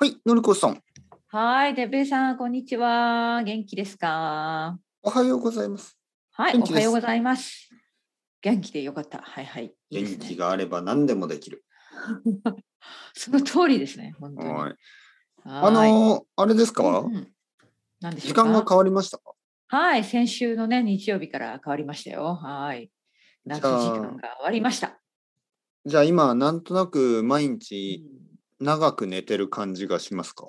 はい、のりこさん、はい、でべさん、こんにちは。元気ですか。おはようございます。はい、元お気ですはようございます。元気でよかった。はいはい。いいです元ね気があれば何でもできる。その通りですね。本当に。はい。はあーいのーあれですかうんうん何でしょ時うか。間が変わりましたかはい、先週のね、日曜日から変わりましたよ。はい。夏時じゃ間あが終わりました。じゃあ今、なんとなく毎う日ん長く寝てる感じがします か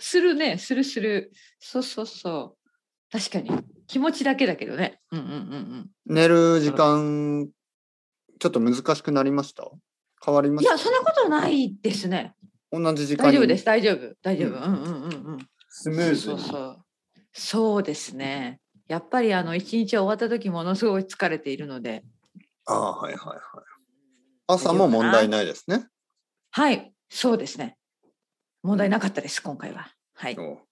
するね、するする。そうそうそう。確かに。気持ちだけだけどね。うんうんうんうん。寝る時間、ちょっと難しくなりました変わりまいしや、たそんなことないですね。同じ時間大に丈夫です、大丈夫、大丈夫。ううんんうんうんうん。スムーズそうに。そう。そうですね。やっぱりあの一日終わった時ものすごい疲れているので。ああ、はいはいはい。朝も問題い。ないですね。はい、そうですね。問題なかったです、今回は。はい、そう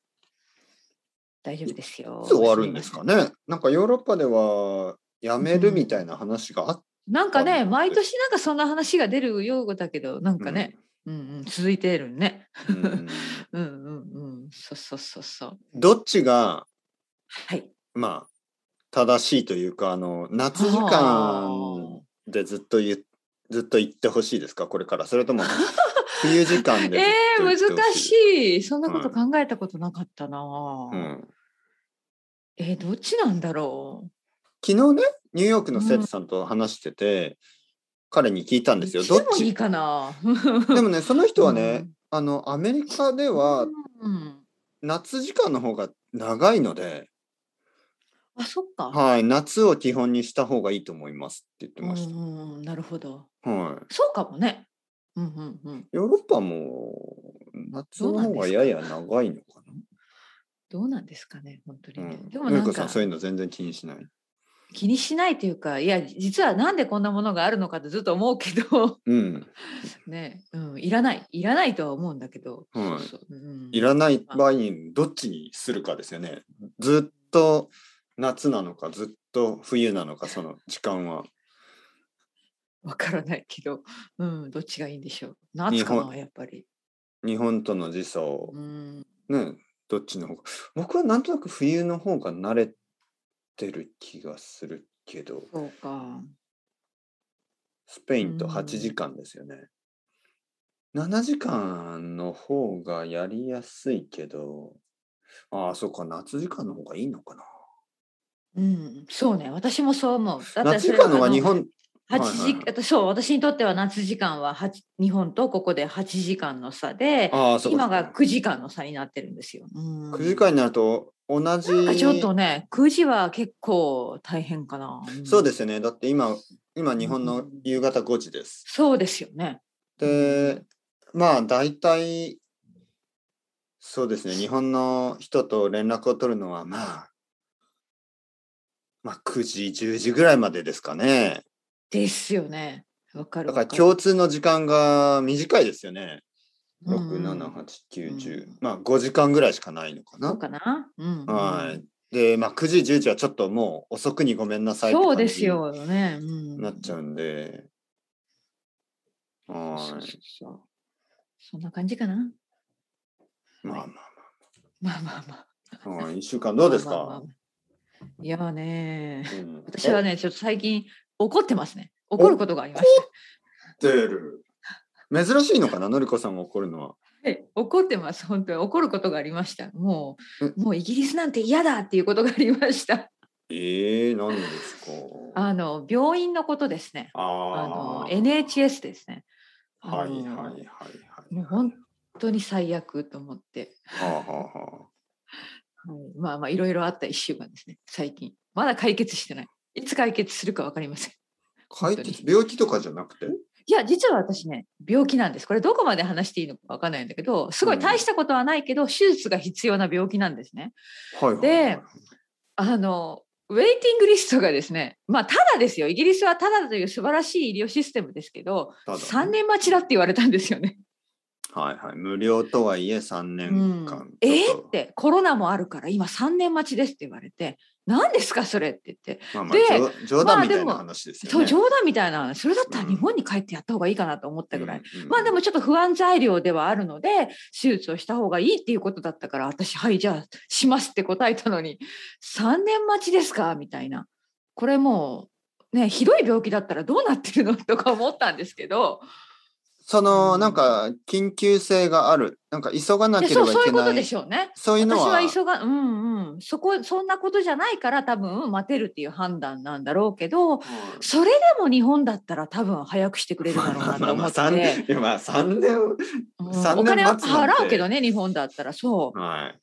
大丈夫ですよ。いつ終わるんですかねなんかヨーロッパではやめるみたいな話があっなんかね、毎年なんかそんな話が出るようだけど、なんかね、うんうん、続いてるね。うんうんうんうん、そうそうそうそう。どっちがはい。まあ正しいというかあの夏時あ間ーでずっと言うずっと言ってほしいですかこれからそれとも 冬時間でずっええと言ってほ難ししい、い。そんなこと考えたことなかったなぁ。うん、えーどっちなんだろ昨日ねニューヨークの生徒さんと話してて、彼に聞いたんう。ですよいつどっもいいちかな。ででもねその人はね、、あのアメリカではうん、夏時間の方が長いので、あ、そっか。はい、夏を基本にした方がいいと思いますって言ってうんましうんうん、なるほど。た、はい、そうかもね。うんうんうん。ヨーロッパも夏の方がやや長いのかなどうなんですかね、本当にね、うんでものなりこんさんかそういうの全然気にしない。気にしないというか、いや、実はなんでこんなものがあるのかってずっと思うけど、 うん。ね、うん、いらない、いらないとは思うんだけど、はいそうそううんいらない場合にどっちにするかですよね。ずっと夏なのかずっと冬なのかその時間は。わからないけど、うん、どっちがいいんでしょう。夏か日な、本やっぱり。日本との時差をうんね、どっちの方が。僕はなんとなく冬の方が慣れてる気がするけど、そうか。スペインとうん8時間ですよね。7時間の方がやりやすいけど、ああ、そうか、夏時間の方がいいのかな。うん、そうね、私もそう思う。だって夏そ時れは間の方あが日本、 8はいはい時、あとそう、私にとっては夏時間は8日本とここで8時間の差で、ああ、そうか今そうがか9時間の差になってるんですよ。うん、 9時間になると同じ。なんかちょっとね、9時は結構大変かな。んそうですよね。だって今、今日本うのん夕方5時です。そうですよね。で、まあ大体、そうですね。日本の人と連絡を取るのは、まあ、まあ9時、10時ぐらいまでですかね。ですよね。わかるだからわかる。共通の時間が短いですよね。うん6、7、8、9、10うん。まあ5時間ぐらいしかないのかそうな。かな。うんうんはい。で、まあ9時、10時はちょっともう遅くにごめんなさいって感じそうですよね。うん、なっちゃうんで。はそうーそいうそう。そんな感じかな。まあままあまあまあ。あまあ。はい。一週間どうですまあまあかま。あいやーねー、うん私はえね、ちょっと最近怒ってますね。怒ることがありまし出る。珍しいのかな、のりこさんが怒るのは。た。はい怒ってます、本当に怒ることがありました。もえう、もうイギリスなんて嫌だっていうことがありました。ええー、なんですか。あの、病院のことですね。ああの、ー NHS ですね。あのはいはいはいはい。もう本当に最悪と思って、はあはあはあはいまあまあ、いろいろあった1週間ですね、最近。まだ解決してない。いつ解決するか分かりません。解決病気とかじゃなくて。いや、実は私ね、病気なんです。これどこまで話していいのかわかんないんだけど、すごういん大したことはないけど、手術が必要な病気なんですね。はいはいはい。であの、ウェイティングリストがですね、まあ、ただですよ。イギリスはただという素晴らしい医療システムですけど、ただね3年待ちだって言われたんですよね。はいはい。無料とはいえ三う年ん間。えちーょっとて、コロナもあるから、今3年待ちですって言われて、何ですかそれって言ってまあまあで冗冗談みたいなまあでも話ですよそうね。冗談みたいな話それだったらうん日本に帰ってやった方がいいかなと思ったぐらい、うんうんまあでもちょっと不安材料ではあるので手術をした方がいいっていうことだったから私はいじゃあしますって答えたのに3年待ちですかみたいなこれもうねひどい病気だったらどうなってるのとか思ったんですけどそうんのなんか緊急性があるなんか急がないやけれそうばいそういけうことなでいしょうね。そういうの私はは急がうんうんそこそんなことじゃないから多分待てるっていう判断なんだろうけどうんそれでも日本だったら多分早くしてくれるだろ うなと思って。三年、まあ三年、うん三年お金は待つなんて払うけどね日本だったらそう。はい。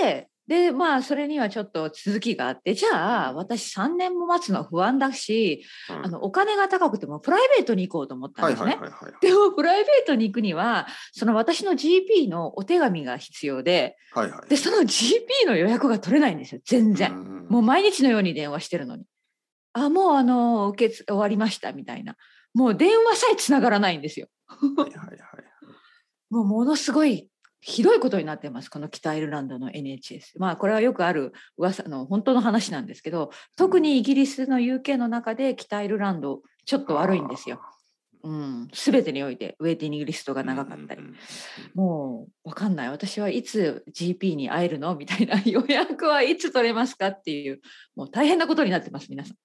ででまあそれにはちょっと続きがあってじゃあ私3年も待つのは不安だし、うんあのお金が高くてもプライベートに行こうと思ったんはいですね。はいはいはい。でもプライベートに行くにはその私の GP のお手紙が必要ではいはい。でその GP の予約が取れないんですよ全然。うんもう毎日のように電話してるのに。あ、もうあの、受け付終わりましたみたいな。もう電話さえつながらないんですよ。はいはいはい。もうものすごい、ひどいことになってます。この北アイルランドの NHS。まあ、これはよくある噂の本当の話なんですけど、特にイギリスの UK の中で北アイルランド、ちょっと悪いんですよ。うん。すべてにおいて、ウェイティングリストが長かったりうん。うんうんもうわかんない私はいつ GP に会えるのみたいな 予約はいつ取れますかっていうもう大変なことになってます皆さん。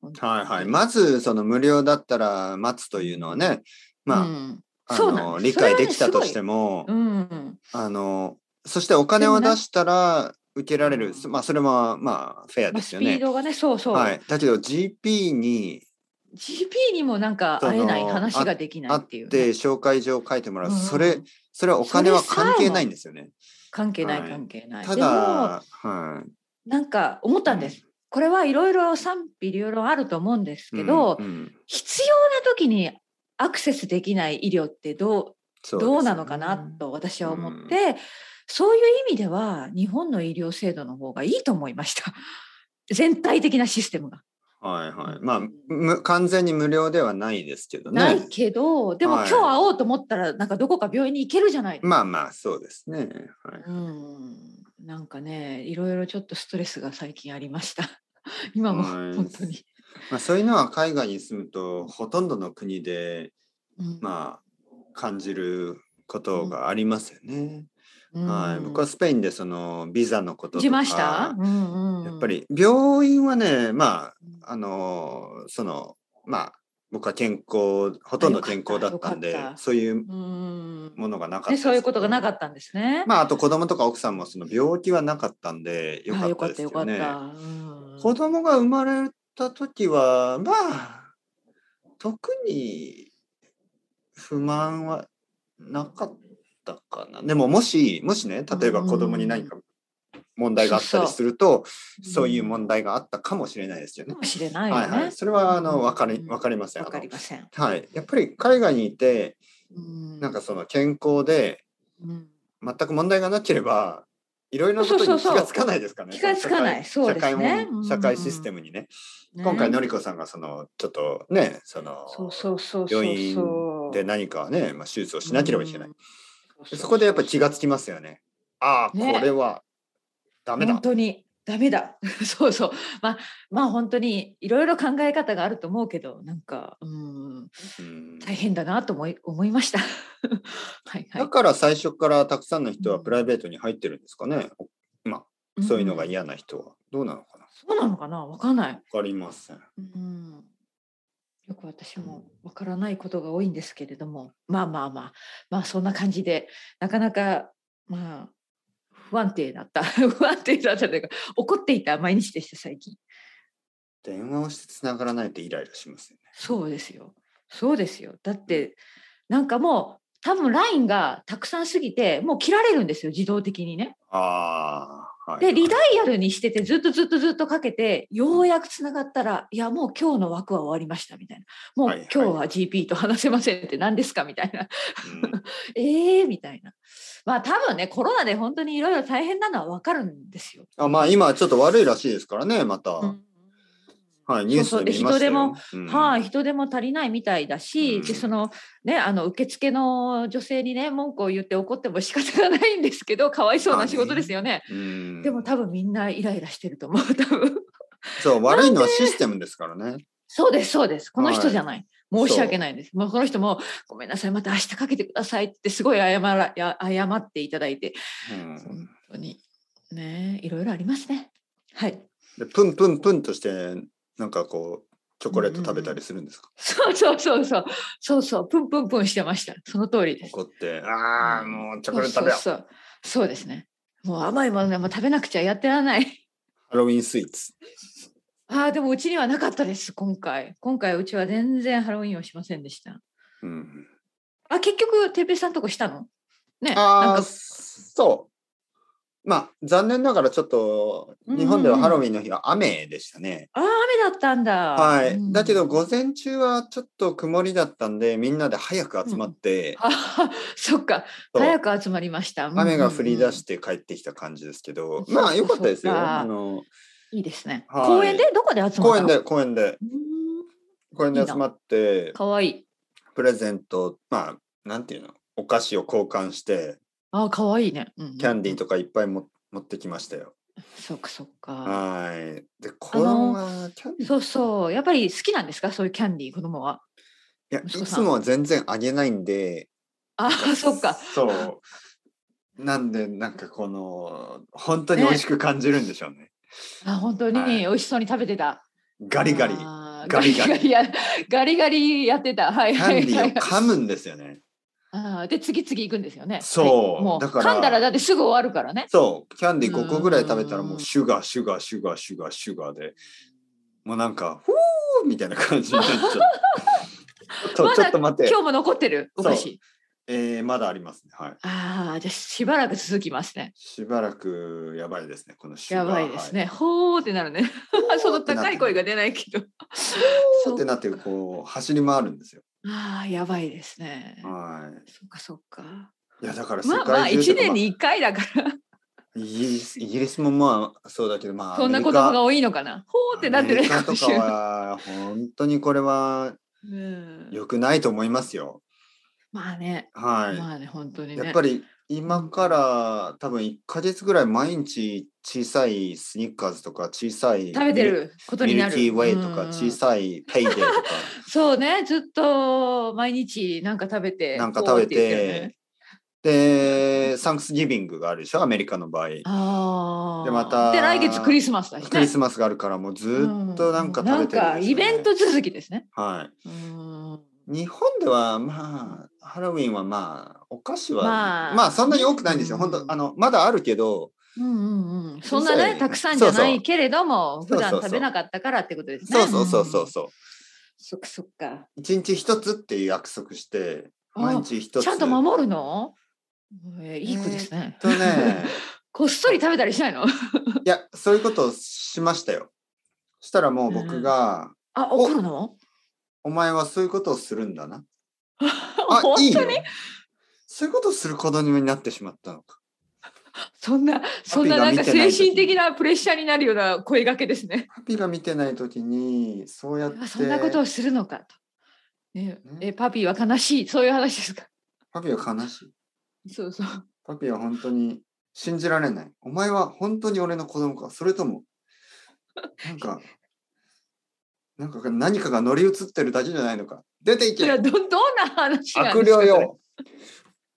本当にはいはい。まずその無料だったら待つというのはね、うまんああそうなんので理すそれ解はねできたとしてもう、ん、あのそしてお金を出したら受けられるう、んまあそれはまあフェアまあ、でスすピよーね。ドがねそうそう、はい。だけど GP に GP にもなんか会えないその話ができなあいっっていうてね、紹介状書いてもらう、うんそれそれはお金は関係ないんですよね。関係ないはい関係ない、たでもだ、はい、なんか思ったんです、これはいろいろ賛否いろいろあると思うんですけど、うんうん必要な時にアクセスできない医療ってどうそですどうなのかなねと私は思って、そういう意味では日本の医療制度の方がいいと思いました 全体的なシステムがはいはい。まあむ完全に無料ではないですけどね。ないけど、でもは今い日会おうと思ったらなんかどこか病院に行けるじゃないですか、まあまあそうですね。はい、うんなんかねいろいろちょっとストレスが最近ありました 今もはい本当に、まあそういうのは海外に住むとほとんどの国でうんまあ感じることがありますよね。うんはい。僕はスペインでそのビザのこととか。来ました、うんうんやっぱ、り病院はね、まああのーそのまあ僕は健康ほとんど健康だったんよでかったそういううんものがなかったね、そういうことがなかっったんですね、まああと子供とか奥さんもその病気はなかったんでよあかったですよよかったねよかった、うん子供が生まれた時はまあ特に不満はなかったかなでももしもしね例えば子供に何か問題があったりするとそういう問題があったかもしれないですよねかもしれないよね。はいはい、それはあうんの分かりうん分かりません。わあかのりません。はい、やっぱり海外にいてななんか、その健康でうん全く問題がなければいろいろなことそにう気そうそうがつかないですかね。気がつかないその社会そうですね社会うん問社会システムにね。ね今回のりこさんがそのちょっとねそのそうそうそうそう病院そうで何かね、まあ、手術をしなければいけない。うんでそこでやっぱり気がつきますよね。ああ、ねこれはダメだ本。当にダメだ。 そうそう。まあまあ本当にいろいろ考え方があると思うけど、なんかうんうん大変だなと思い思いました。 はいはだい。から最初からたくさんの人はプライベートに入ってるんですかね。そういうのがん。嫌な人はどうなのかなそうなのかな。わかんない。わかりません。うんよく私もわからないことが多いんですけれども、まあまあまあ、まあそんな感じで、なかなか、まあ、不安定だった。 不安定だったというか、怒っていた毎日でした、最近。電話をしてつながらないとイライラしますよね。そうですよ。そうですよ。だって、なんかもう、多分 LINE がたくさんすぎて、もう切られるんですよ、自動的にね。ああ、はい。で、リダイヤルにしてて、ずっとずっとずっとかけて、ようやくつながったら、いや、もう今日の枠は終わりましたみたいな。もはいう今日は GP と話せませんって何ですかみたいな。 うんえーみたいな。まあ多分ね、コロナで本当にいろいろ大変なのはわかるんですよ。あまあ今ちょっと悪いらしいですからね、また。うんはい、ニュースそうそうでで見ましたよ。人手もうんはい、人手も足りないみたいだし、うんでそのねあの受付の女性にね文句を言って怒っても仕方がないんですけどかわいそうな仕事ですよね。うんでも多分みんなイライラしてると思う多分。そう、悪いのはシステムですからね。そうですそうですこのは人いじゃない。申し訳ないです。もうこの人も「ごめんなさいまた明日かけてください」ってすごい謝らや謝っていただいてうん本当にねいろいろありますね。はいでプンプンプンとして、なんかこう、チョコレート食べたりするんですか、そうそうそうそうそうそうプンプンプンしてましたその通りです。怒って、ああ、うんもうチョコレート食べようそうそうそうそうですねもう甘いものでも食べなくちゃやってられないハロウィンスイーツ。ああでもうちにはなかったです今回今回うちは全然ハロウィンをしませんでしたうん、あ結局てっぺいさんとこしたのねあなあ、んかそう。まあ、残念ながらちょっと、うん日本ではハロウィンの日は雨でしたね。あー雨だったんだはい、うんだけど午前中はちょっと曇りだったんでみんなで早く集まって、あーそっかそう早く集まりました雨が降り出してて帰ってきた感じですけうどん、まあ良かったですよ。そうかあのいいですねはい公園でどこで集ま公園ったので公園で公園で集まってかわいいプレゼントまあなんていうのお菓子を交換してあーかわいいね、うんうんキャンディーとかいっぱいも持ってきましたよ。そっかそっかはい。で子供はキャンディーそうそうやっぱり好きなんですかそういうキャンディー子供はいやい息子さつんもは全然あげないんで。あーそっかそう。なんでなんかこの本当に美味しく感じるんでしょうね。あ本当にはい美味しそうに食べてた。ガリガリキあーガガリリガガリリやガリガリやってた。はいャはンデいィはーをい。噛むんですよね。あーで次々行くんですよね。そうはいもうだから噛んだらだってすぐ終わるからね。そう、キャンディー5個ぐらい食べたらうんもうシュガー、シュガー、シュガー、シュガー、シュガーで、もうなんか、ふーみたいな感じになっちゃ う。ちょまだちょっと待って今、日も残ってるお菓子。えー、まだありますね。はい。ああじゃあしばらく続きますね。しばらくやばいですね、このシュガやー。ばいですね。ほーってなるね。その高い声が出ないけど。はい。ってなって、こう、走り回るんですよ。ああやばいですね。はそっかそっか。い。いや、だから世界まあ中まあ一とか年に一回だからまあイギリス、イギリスもまあそうだけど、まあ、そんな子供が多いのかな。ほーってなってるアメリカかともかしれない。は、本当にこれはうん良くないと思いますよ。まあね。はい。まあね本当にね。やっぱり今から多分1ヶ月ぐらい毎日小さいスニッカーズとか小さい食べてることミルにミなルる。キーウェイとか小い。さいペイデーとかそうね、ずっと毎日なんか食べて。なんか食べこうって言っててるねでサンクスギビングがあるでしょアメリカの場合クああ。でまたで来月クリスマスだし、ね。リスマスがあるからもうずっとなんか食べてるうんなんかイベント続きですね。はうん。い日本ではまあハロウィンはまあお菓子はままあ、あそんなに多くないんですようん本当あのまだあるけどうんうんうん、そん小なさいねたくさんじゃなそうそういけれどもそうそうそう普段食べなかったからってことですね。そうそうそうそうそうそっかそっか。一日一つっていう約束してあ毎日一つちゃんと守るの、えーいい子ですねえ。ーっと ねこっそり食べたりしないのいやそういうことをしましたよしたらもう僕が、あ怒るのお前はそういうことをするんだなあ本当にいいよそういうことをする子供になってしまったのかそんな、そんながなん見かてない精時に神的なプレッシャーになるような声がけですね。パピが見てない時にそうやってそんなことをするのかと。ねうん、え、パピーは悲しい、そういう話ですか。パピは悲しいそうそう。パピは本当に信じられないお前は本当に俺の子供かそれともなんか なんか何かが乗り移ってるだけじゃないのか出ていいけや、ど、どんな話なん悪です霊か。それよ。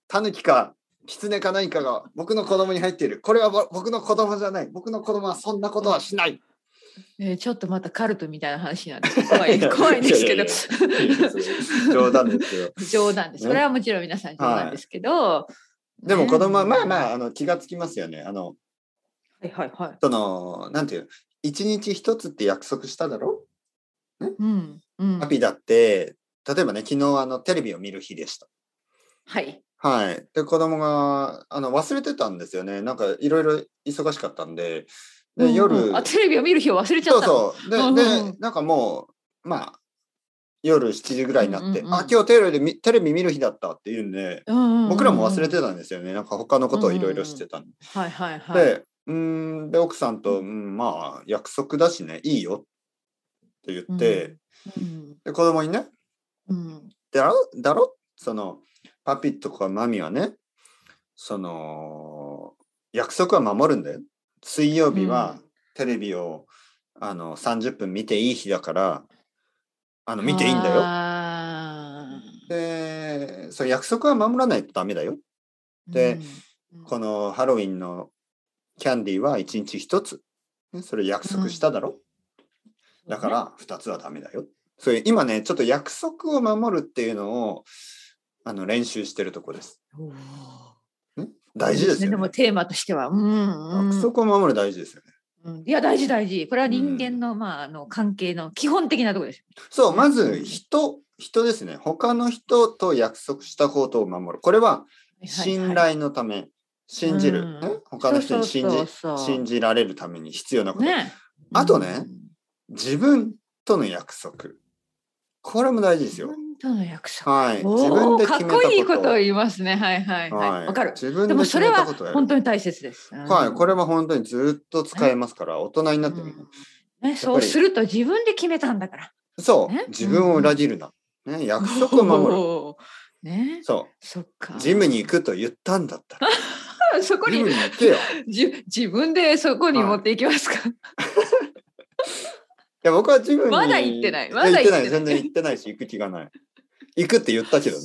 タヌキか、キツネか何かが僕の子供に入っている。これはぼ僕の子供じゃない。僕の子供はそんなことはし ない。えーちょっとまたカルトみたいな話 なんです。怖い、怖いんですけど。冗談ですよ。冗談です。ねそれはもちろん皆さん冗談ですけど。でも子供はまああ。まああの気がつきますよね。あの、はいはいはい。その、なんていうの、一日一つって約束しただろうん。うん。パピだって、例えばね、昨日あのテレビを見る日でした。はい。はい。で、子供があの忘れてたんですよね。なんかいろいろ忙しかったんで。うんうで、ん夜、あ、テレビを見る日を忘れちゃそっうたの。そう。で、うんうんでうんなんかもう、まあ、夜7時ぐらいになって、うんうんうんあ、今日テレビで見テレビ見る日だったっていうんで、うんうんうん僕らも忘れてたんですよね。なんか他のことをいろいろしてたんで。はいはいはい。で、うーん、で、奥さんと、うん、まあ、約束だしね、いいよ言って、うんで子供にねうんだろだろそのパピとかマミはねその約束は守るんだよ水曜日はテレビを、あの30分見ていい日だからあの見ていいんだよあーでその約束は守らないとダメだよでうんこのハロウィンのキャンディーは1日1つねそれ約束しただろ、だか、ら2つはダメだよ。そういう今ねちょっと約束を守るっていうのをあの練習してるとこです。そうね大事ですよ、でねも。テーマとしては、うんうん約束を守る大事ですよね。うんいや大事大事これは人間の、まああの関係の基本的なところですそうまず人人ですね。他の人と約束したことを守る。これは信はいはい頼のため、信じる、うんね他の人に信じそうそうそう信じられるために必要なこと。ねあとね自分との約束。これも大事ですよ自。分との約束はい。おー自分で決めたこと。かっこいいことを言いますねはいはいはいわ、いかる自分ででもそ決めれたはことをやる本。当に大切です、うんはい、これは本当にずっと使えますから、大人になっても。うんね、そうすると自分で決めたんだから。そう、ね自分を裏切るな。ね、約束を 守る。る。ね、そそっか。う、ジムに行くと言ったんだったら、そ こジにムに行けよ。いじ自分でそこに持っていきますか。や、僕はジムに。 まだ行ってないやまだ行ってない全然行ってないし、行く気がない。行くって言ったけ どね。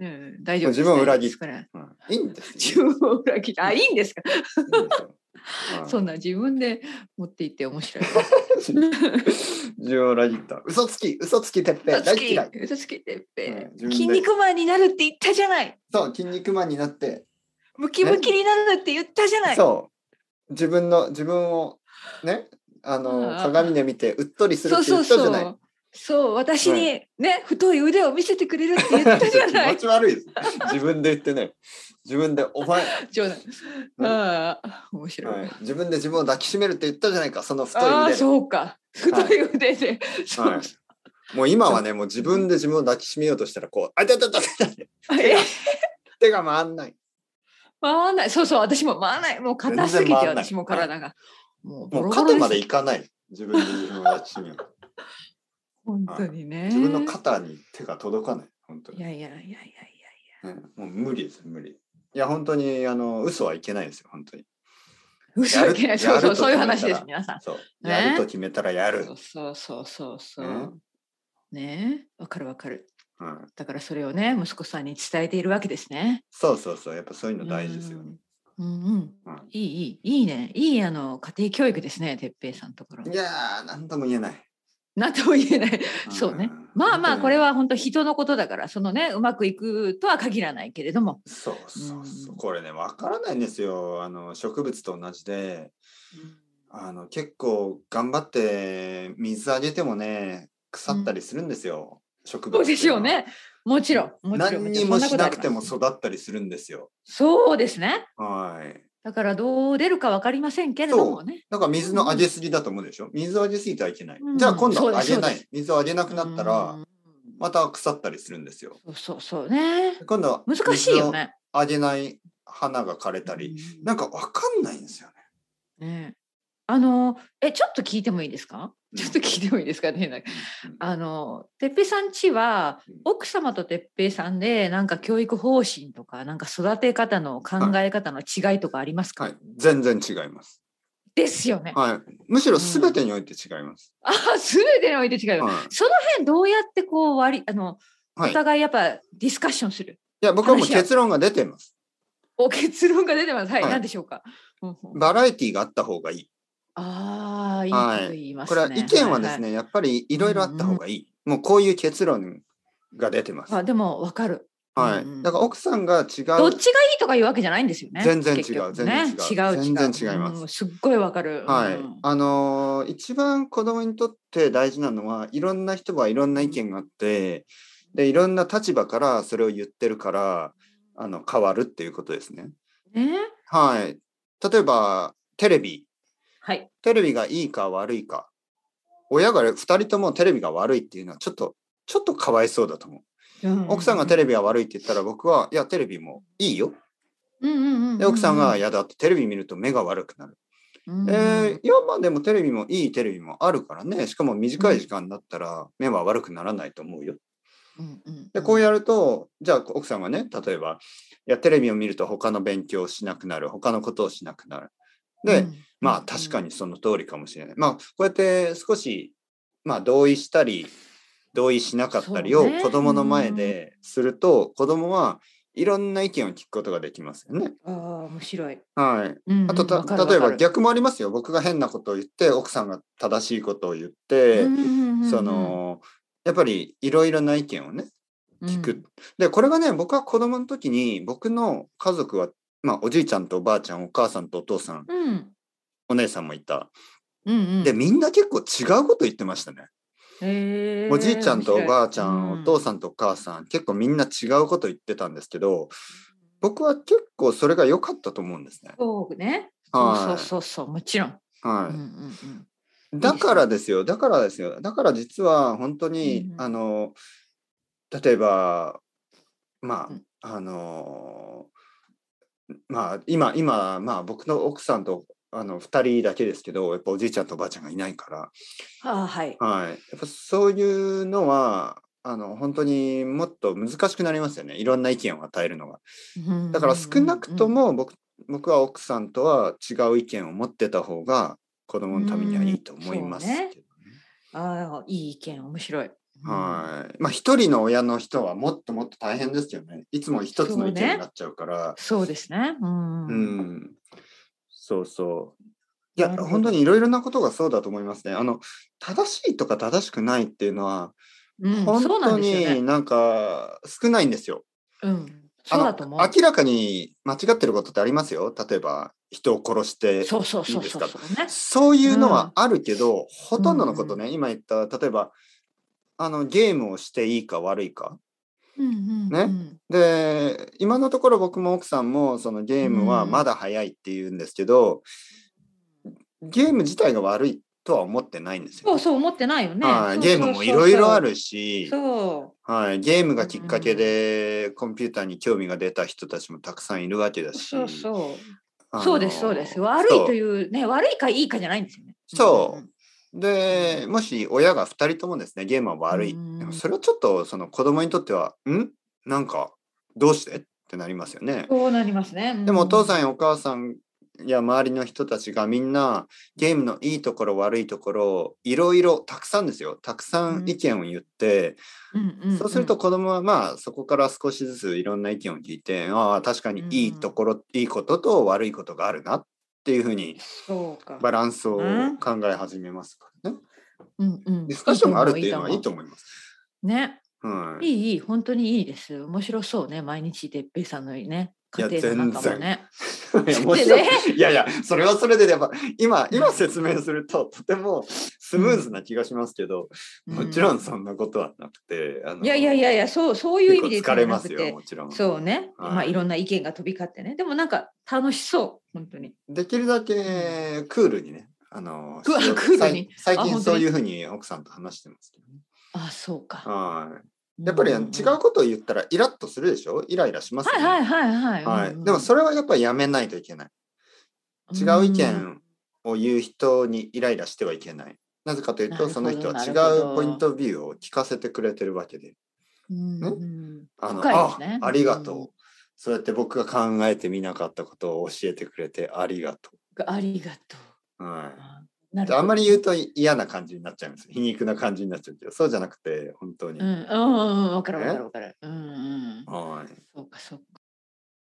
うん、大丈夫です。自分を裏切っ大丈夫ですうんいいんです自よ。分を裏切って、あ、いいんですか。いいんですよはいそんな自分で持っていって 面白い。自分を裏切った。嘘つき、嘘つき、てっぺい、嘘大つ嫌い。き、嘘つきてっぺうん自分い。で筋肉マンになるって言ったじゃない。そう、筋肉マンになって。ムキムキになるって言ったじゃない。そう、自分の、自分を、ね、あの、ああ鏡で見て、うっとりするそっうて言そうったじそ。。ゃないうそう、私に、ね、太い腕を見せてくれるって言った じゃ 気持ない。ち悪いです。自分で言ってね。自分で、お前、冗談。ああ、面白い。はい自分で自分を抱きしめるって言ったじゃないか、その太いああ、腕で。そうか。太い腕で。そうはいもう今はね、もう自分で自分を抱きしめようとしたら、こう、あいたいたいたいたいたえ手が回んない。回んない。そうそう、私も回んない。もう硬すぎ全て、然回んない私も体が。もうボもうロボロ肩すまでいかない。自分で自分を抱きしめ よう。本当にね。自分の肩に手が届かない。本当いに。ねやいやいやいやいや。もう無理です、無理。いや、本当に、あの、嘘はいけないですよ、本当に。嘘はいけない。やそるやうそう、るとそういう話決めたですら、皆さん。そう。ねやると決めたらやる。そうそうそうそうう。ねわかるわかる。うんだからそれをね、息子さんに伝えているわけですね。そうそうそう、やっぱそういうの大事ですよね。うん。うんうんうんいいいいいいねいいあの家庭教育ですね哲平さんのところいやー、なんとも言えない。なんとも言えないそうねんまあま本当あにこれは本当人のことだからそのねうまくいくとは限らないけれども、そうそうそううんこれねわからないんですよあの植物と同じであの結構頑張って水あげてもね腐ったりするんですよ、植物そうっていでのはしょうねもちろんもちろん何にもしちろんそんことなありくますても育ったりするんですよそうですねはいだからどう出るかわかりませんけれどもねだから水のあげすぎだと思うでしょ水をあげすぎてはいけない、うんじゃあ今そ度うであすげなそうい水をあげなくなったらうんまた腐ったりするんですよそうそうそうね今度は難しいよね水をあげない花が枯れたりうんなんかわかんないんですよねねあのえちょっと聞いてもいいですかうんちょっと聞いてもいいですかねなんかうんあの哲平さんちはうん奥様と哲平さんでなんか教育方針とかなんか育て方の考え方の違いとかありますか、はい全然違いますですよね。はい、むしろすべてにおいて違います。あ全てにおいて違うよ。はい、その辺どうやってこう割りあのはおい、い互いやっぱディスカッションする。や、僕はもう結論が出てます。お結論が出てます。はい、はい何でしょうか。うんうんバラエティがあった方がいい。ああいいこと言いますこれはね。意見はですいいね、やっぱりいろいろあった方がいい。もうこういう結論が出てます。あでもわかる。はうんうんい、だから奥さんが違どっう。ちがいいとかいうわけじゃないんですよね。全然違う結局全然違うね違う全然違いますうんすっごいわかる。はいうん、あのー一番子供にとって大事なのはいろんな人はいろんな意見があってでいろんな立場からそれを言ってるからあの変わるっていうことですね。ね。はい、例えばテレビはい。テレビがいいか悪いか、親が2人ともテレビが悪いっていうのはちょっと、ちょっとかわいそうだと思う。奥さんがテレビは悪いって言ったら僕は、いや、テレビもいいよ。ビ、うんうんうんうんで、奥さんが、いやだってテレビ見ると目が悪くなる。うんえー、いやまあでもテレビもいいテレビもあるからねしかも短い時間だったら目は悪くならないと思うよ。うんうんでこうやるとじゃあ奥さんがね例えばいやテレビを見ると他の勉強をしなくなる他のことをしなくなる。で、うんまあ確かにその通りかもしれない。まあこうやって少し、まあ、同意したり同意しなかったりそをうね子供の前ですると、子供はいろんな意見を聞くことができますよね。ああ面白い。はい。うんうんあとわかたる例えばわかる逆もありますよ。僕が変なことを言って奥さんが正しいことを言って、うんうんうんうんそのやっぱりいろいろな意見をね聞く、うんでこれがね僕は子供の時に僕の家族は、まあ、おじいちゃんとおばあちゃんお母さんとお父さんうんお姉さんもいたうんうんでみんな結構違うこと言ってましたね、へーおじいちゃんとおばあちゃん、面白いお父さんとお母さん結構みんな違うこと言ってたんですけど僕は結構それが良かったと思うんですね。そうね。そうはいそうそうそうもちろん。はいうんうんうんだからですよ、だからですよ、だから実は本当に、うんあの例えば、まあ、うんあの、まあ、今、今、まあ、僕の奥さんとあの2人だけですけど、やっぱおじいちゃんとおばあちゃんがいないかああはい。ら、はい、やっぱそういうのは、あの本当にもっと難しくなりますよね、いろんな意見を与えるのが。だから少なくとも僕,、僕は奥さんとは違う意見を持ってた方が子供のためにはいいと思いますけどね。うんそうんうんうん。ああいい意見面白い。はい。まあ一人の親の人はもっともっと大変ですよね。いつも一つの意見になっちゃうから。そうですね。うん。うん。そうそう。いやなるほど本当にいろいろなことがそうだと思いますね。あの正しいとか正しくないっていうのは、うん本そうな当んですよにね。なんか少ないんですよ。うん。あそうのだと思う。明らかに間違ってることってありますよ。例えば人を殺してそうそうそうそういいでそうね。そういうのはあるけど、ほとんどのことね、今言った例えばあのゲームをしていいか悪いかうんうんねで今のところ僕も奥さんもそのゲームはまだ早いって言うんですけど、ゲーム自体が悪いとは思ってないんですよそね、うそう思ってないよね。はい、ゲームもいろいろあ。るしそはい、ゲームがきっかけでコンピューターに興味が出た人たちもたくさんいるわけだうしそうそう。あのそうですそうです。悪いとういうね悪いかいいかじゃないんですよね。そううんでもし親が2人ともですねゲームは悪い、うんでもそれはちょっとその子供にとってはんなんかどうしてってなりますよね。そうなりますね。でもお父さんんやお母さんや周りの人たちがみんなゲームのいいところ悪いところいろいろたくさんですよたくさん意見を言って、うんうんんそうすると子供はまあそこから少しずついろんな意見を聞いてああ確かにいいところ、いいことと悪いことがあるなっていうふうにそうか。バランスを考え始めますからね。うんうん。ディスカッションがあるっていうのはいいと思います。ね。はいいいいい本当にいいです。面白そうね毎日でっぺいさんのねい家や庭の中もね。いや面白いいやいやそれはそれでやっぱ今今説明するととてもスムーズな気がしますけど、もちろんそんなことはなくて、あうのん。いやいやいやいやそうそういう意味で結構疲れますよ、もちろん。そうね、はいまあいろんな意見が飛び交ってねでもなんか楽しそう本当にできるだけクールにね、あの、クーしようクールにさい最あ近本当そにういうふうに奥さんと話してますけどね。あそうかはい。やっぱりあのうんうん違うことを言ったらイラッとするでしょイライラしますよはいね。はいはいはい、はいうんうんでもそれはやっぱりやめないといけない。違う意見を言う人にイライラしてはいけない。なぜかというなると、ほどその人は違なるほどうポイントビューを聞かせてくれてるわけで。うんねうんあの、深いですねあありがとう、うんそうやって僕が考えてみなかったことを教えてくれてありがとありがとう。はうい。あなるほでどあんまり言うと嫌な感じになっちゃうんです。皮肉な感じになっちゃうんですよ。そうじゃなくて、本当に。うんうんうんうんわかるわかるわかるうんうんはい。そうかそうか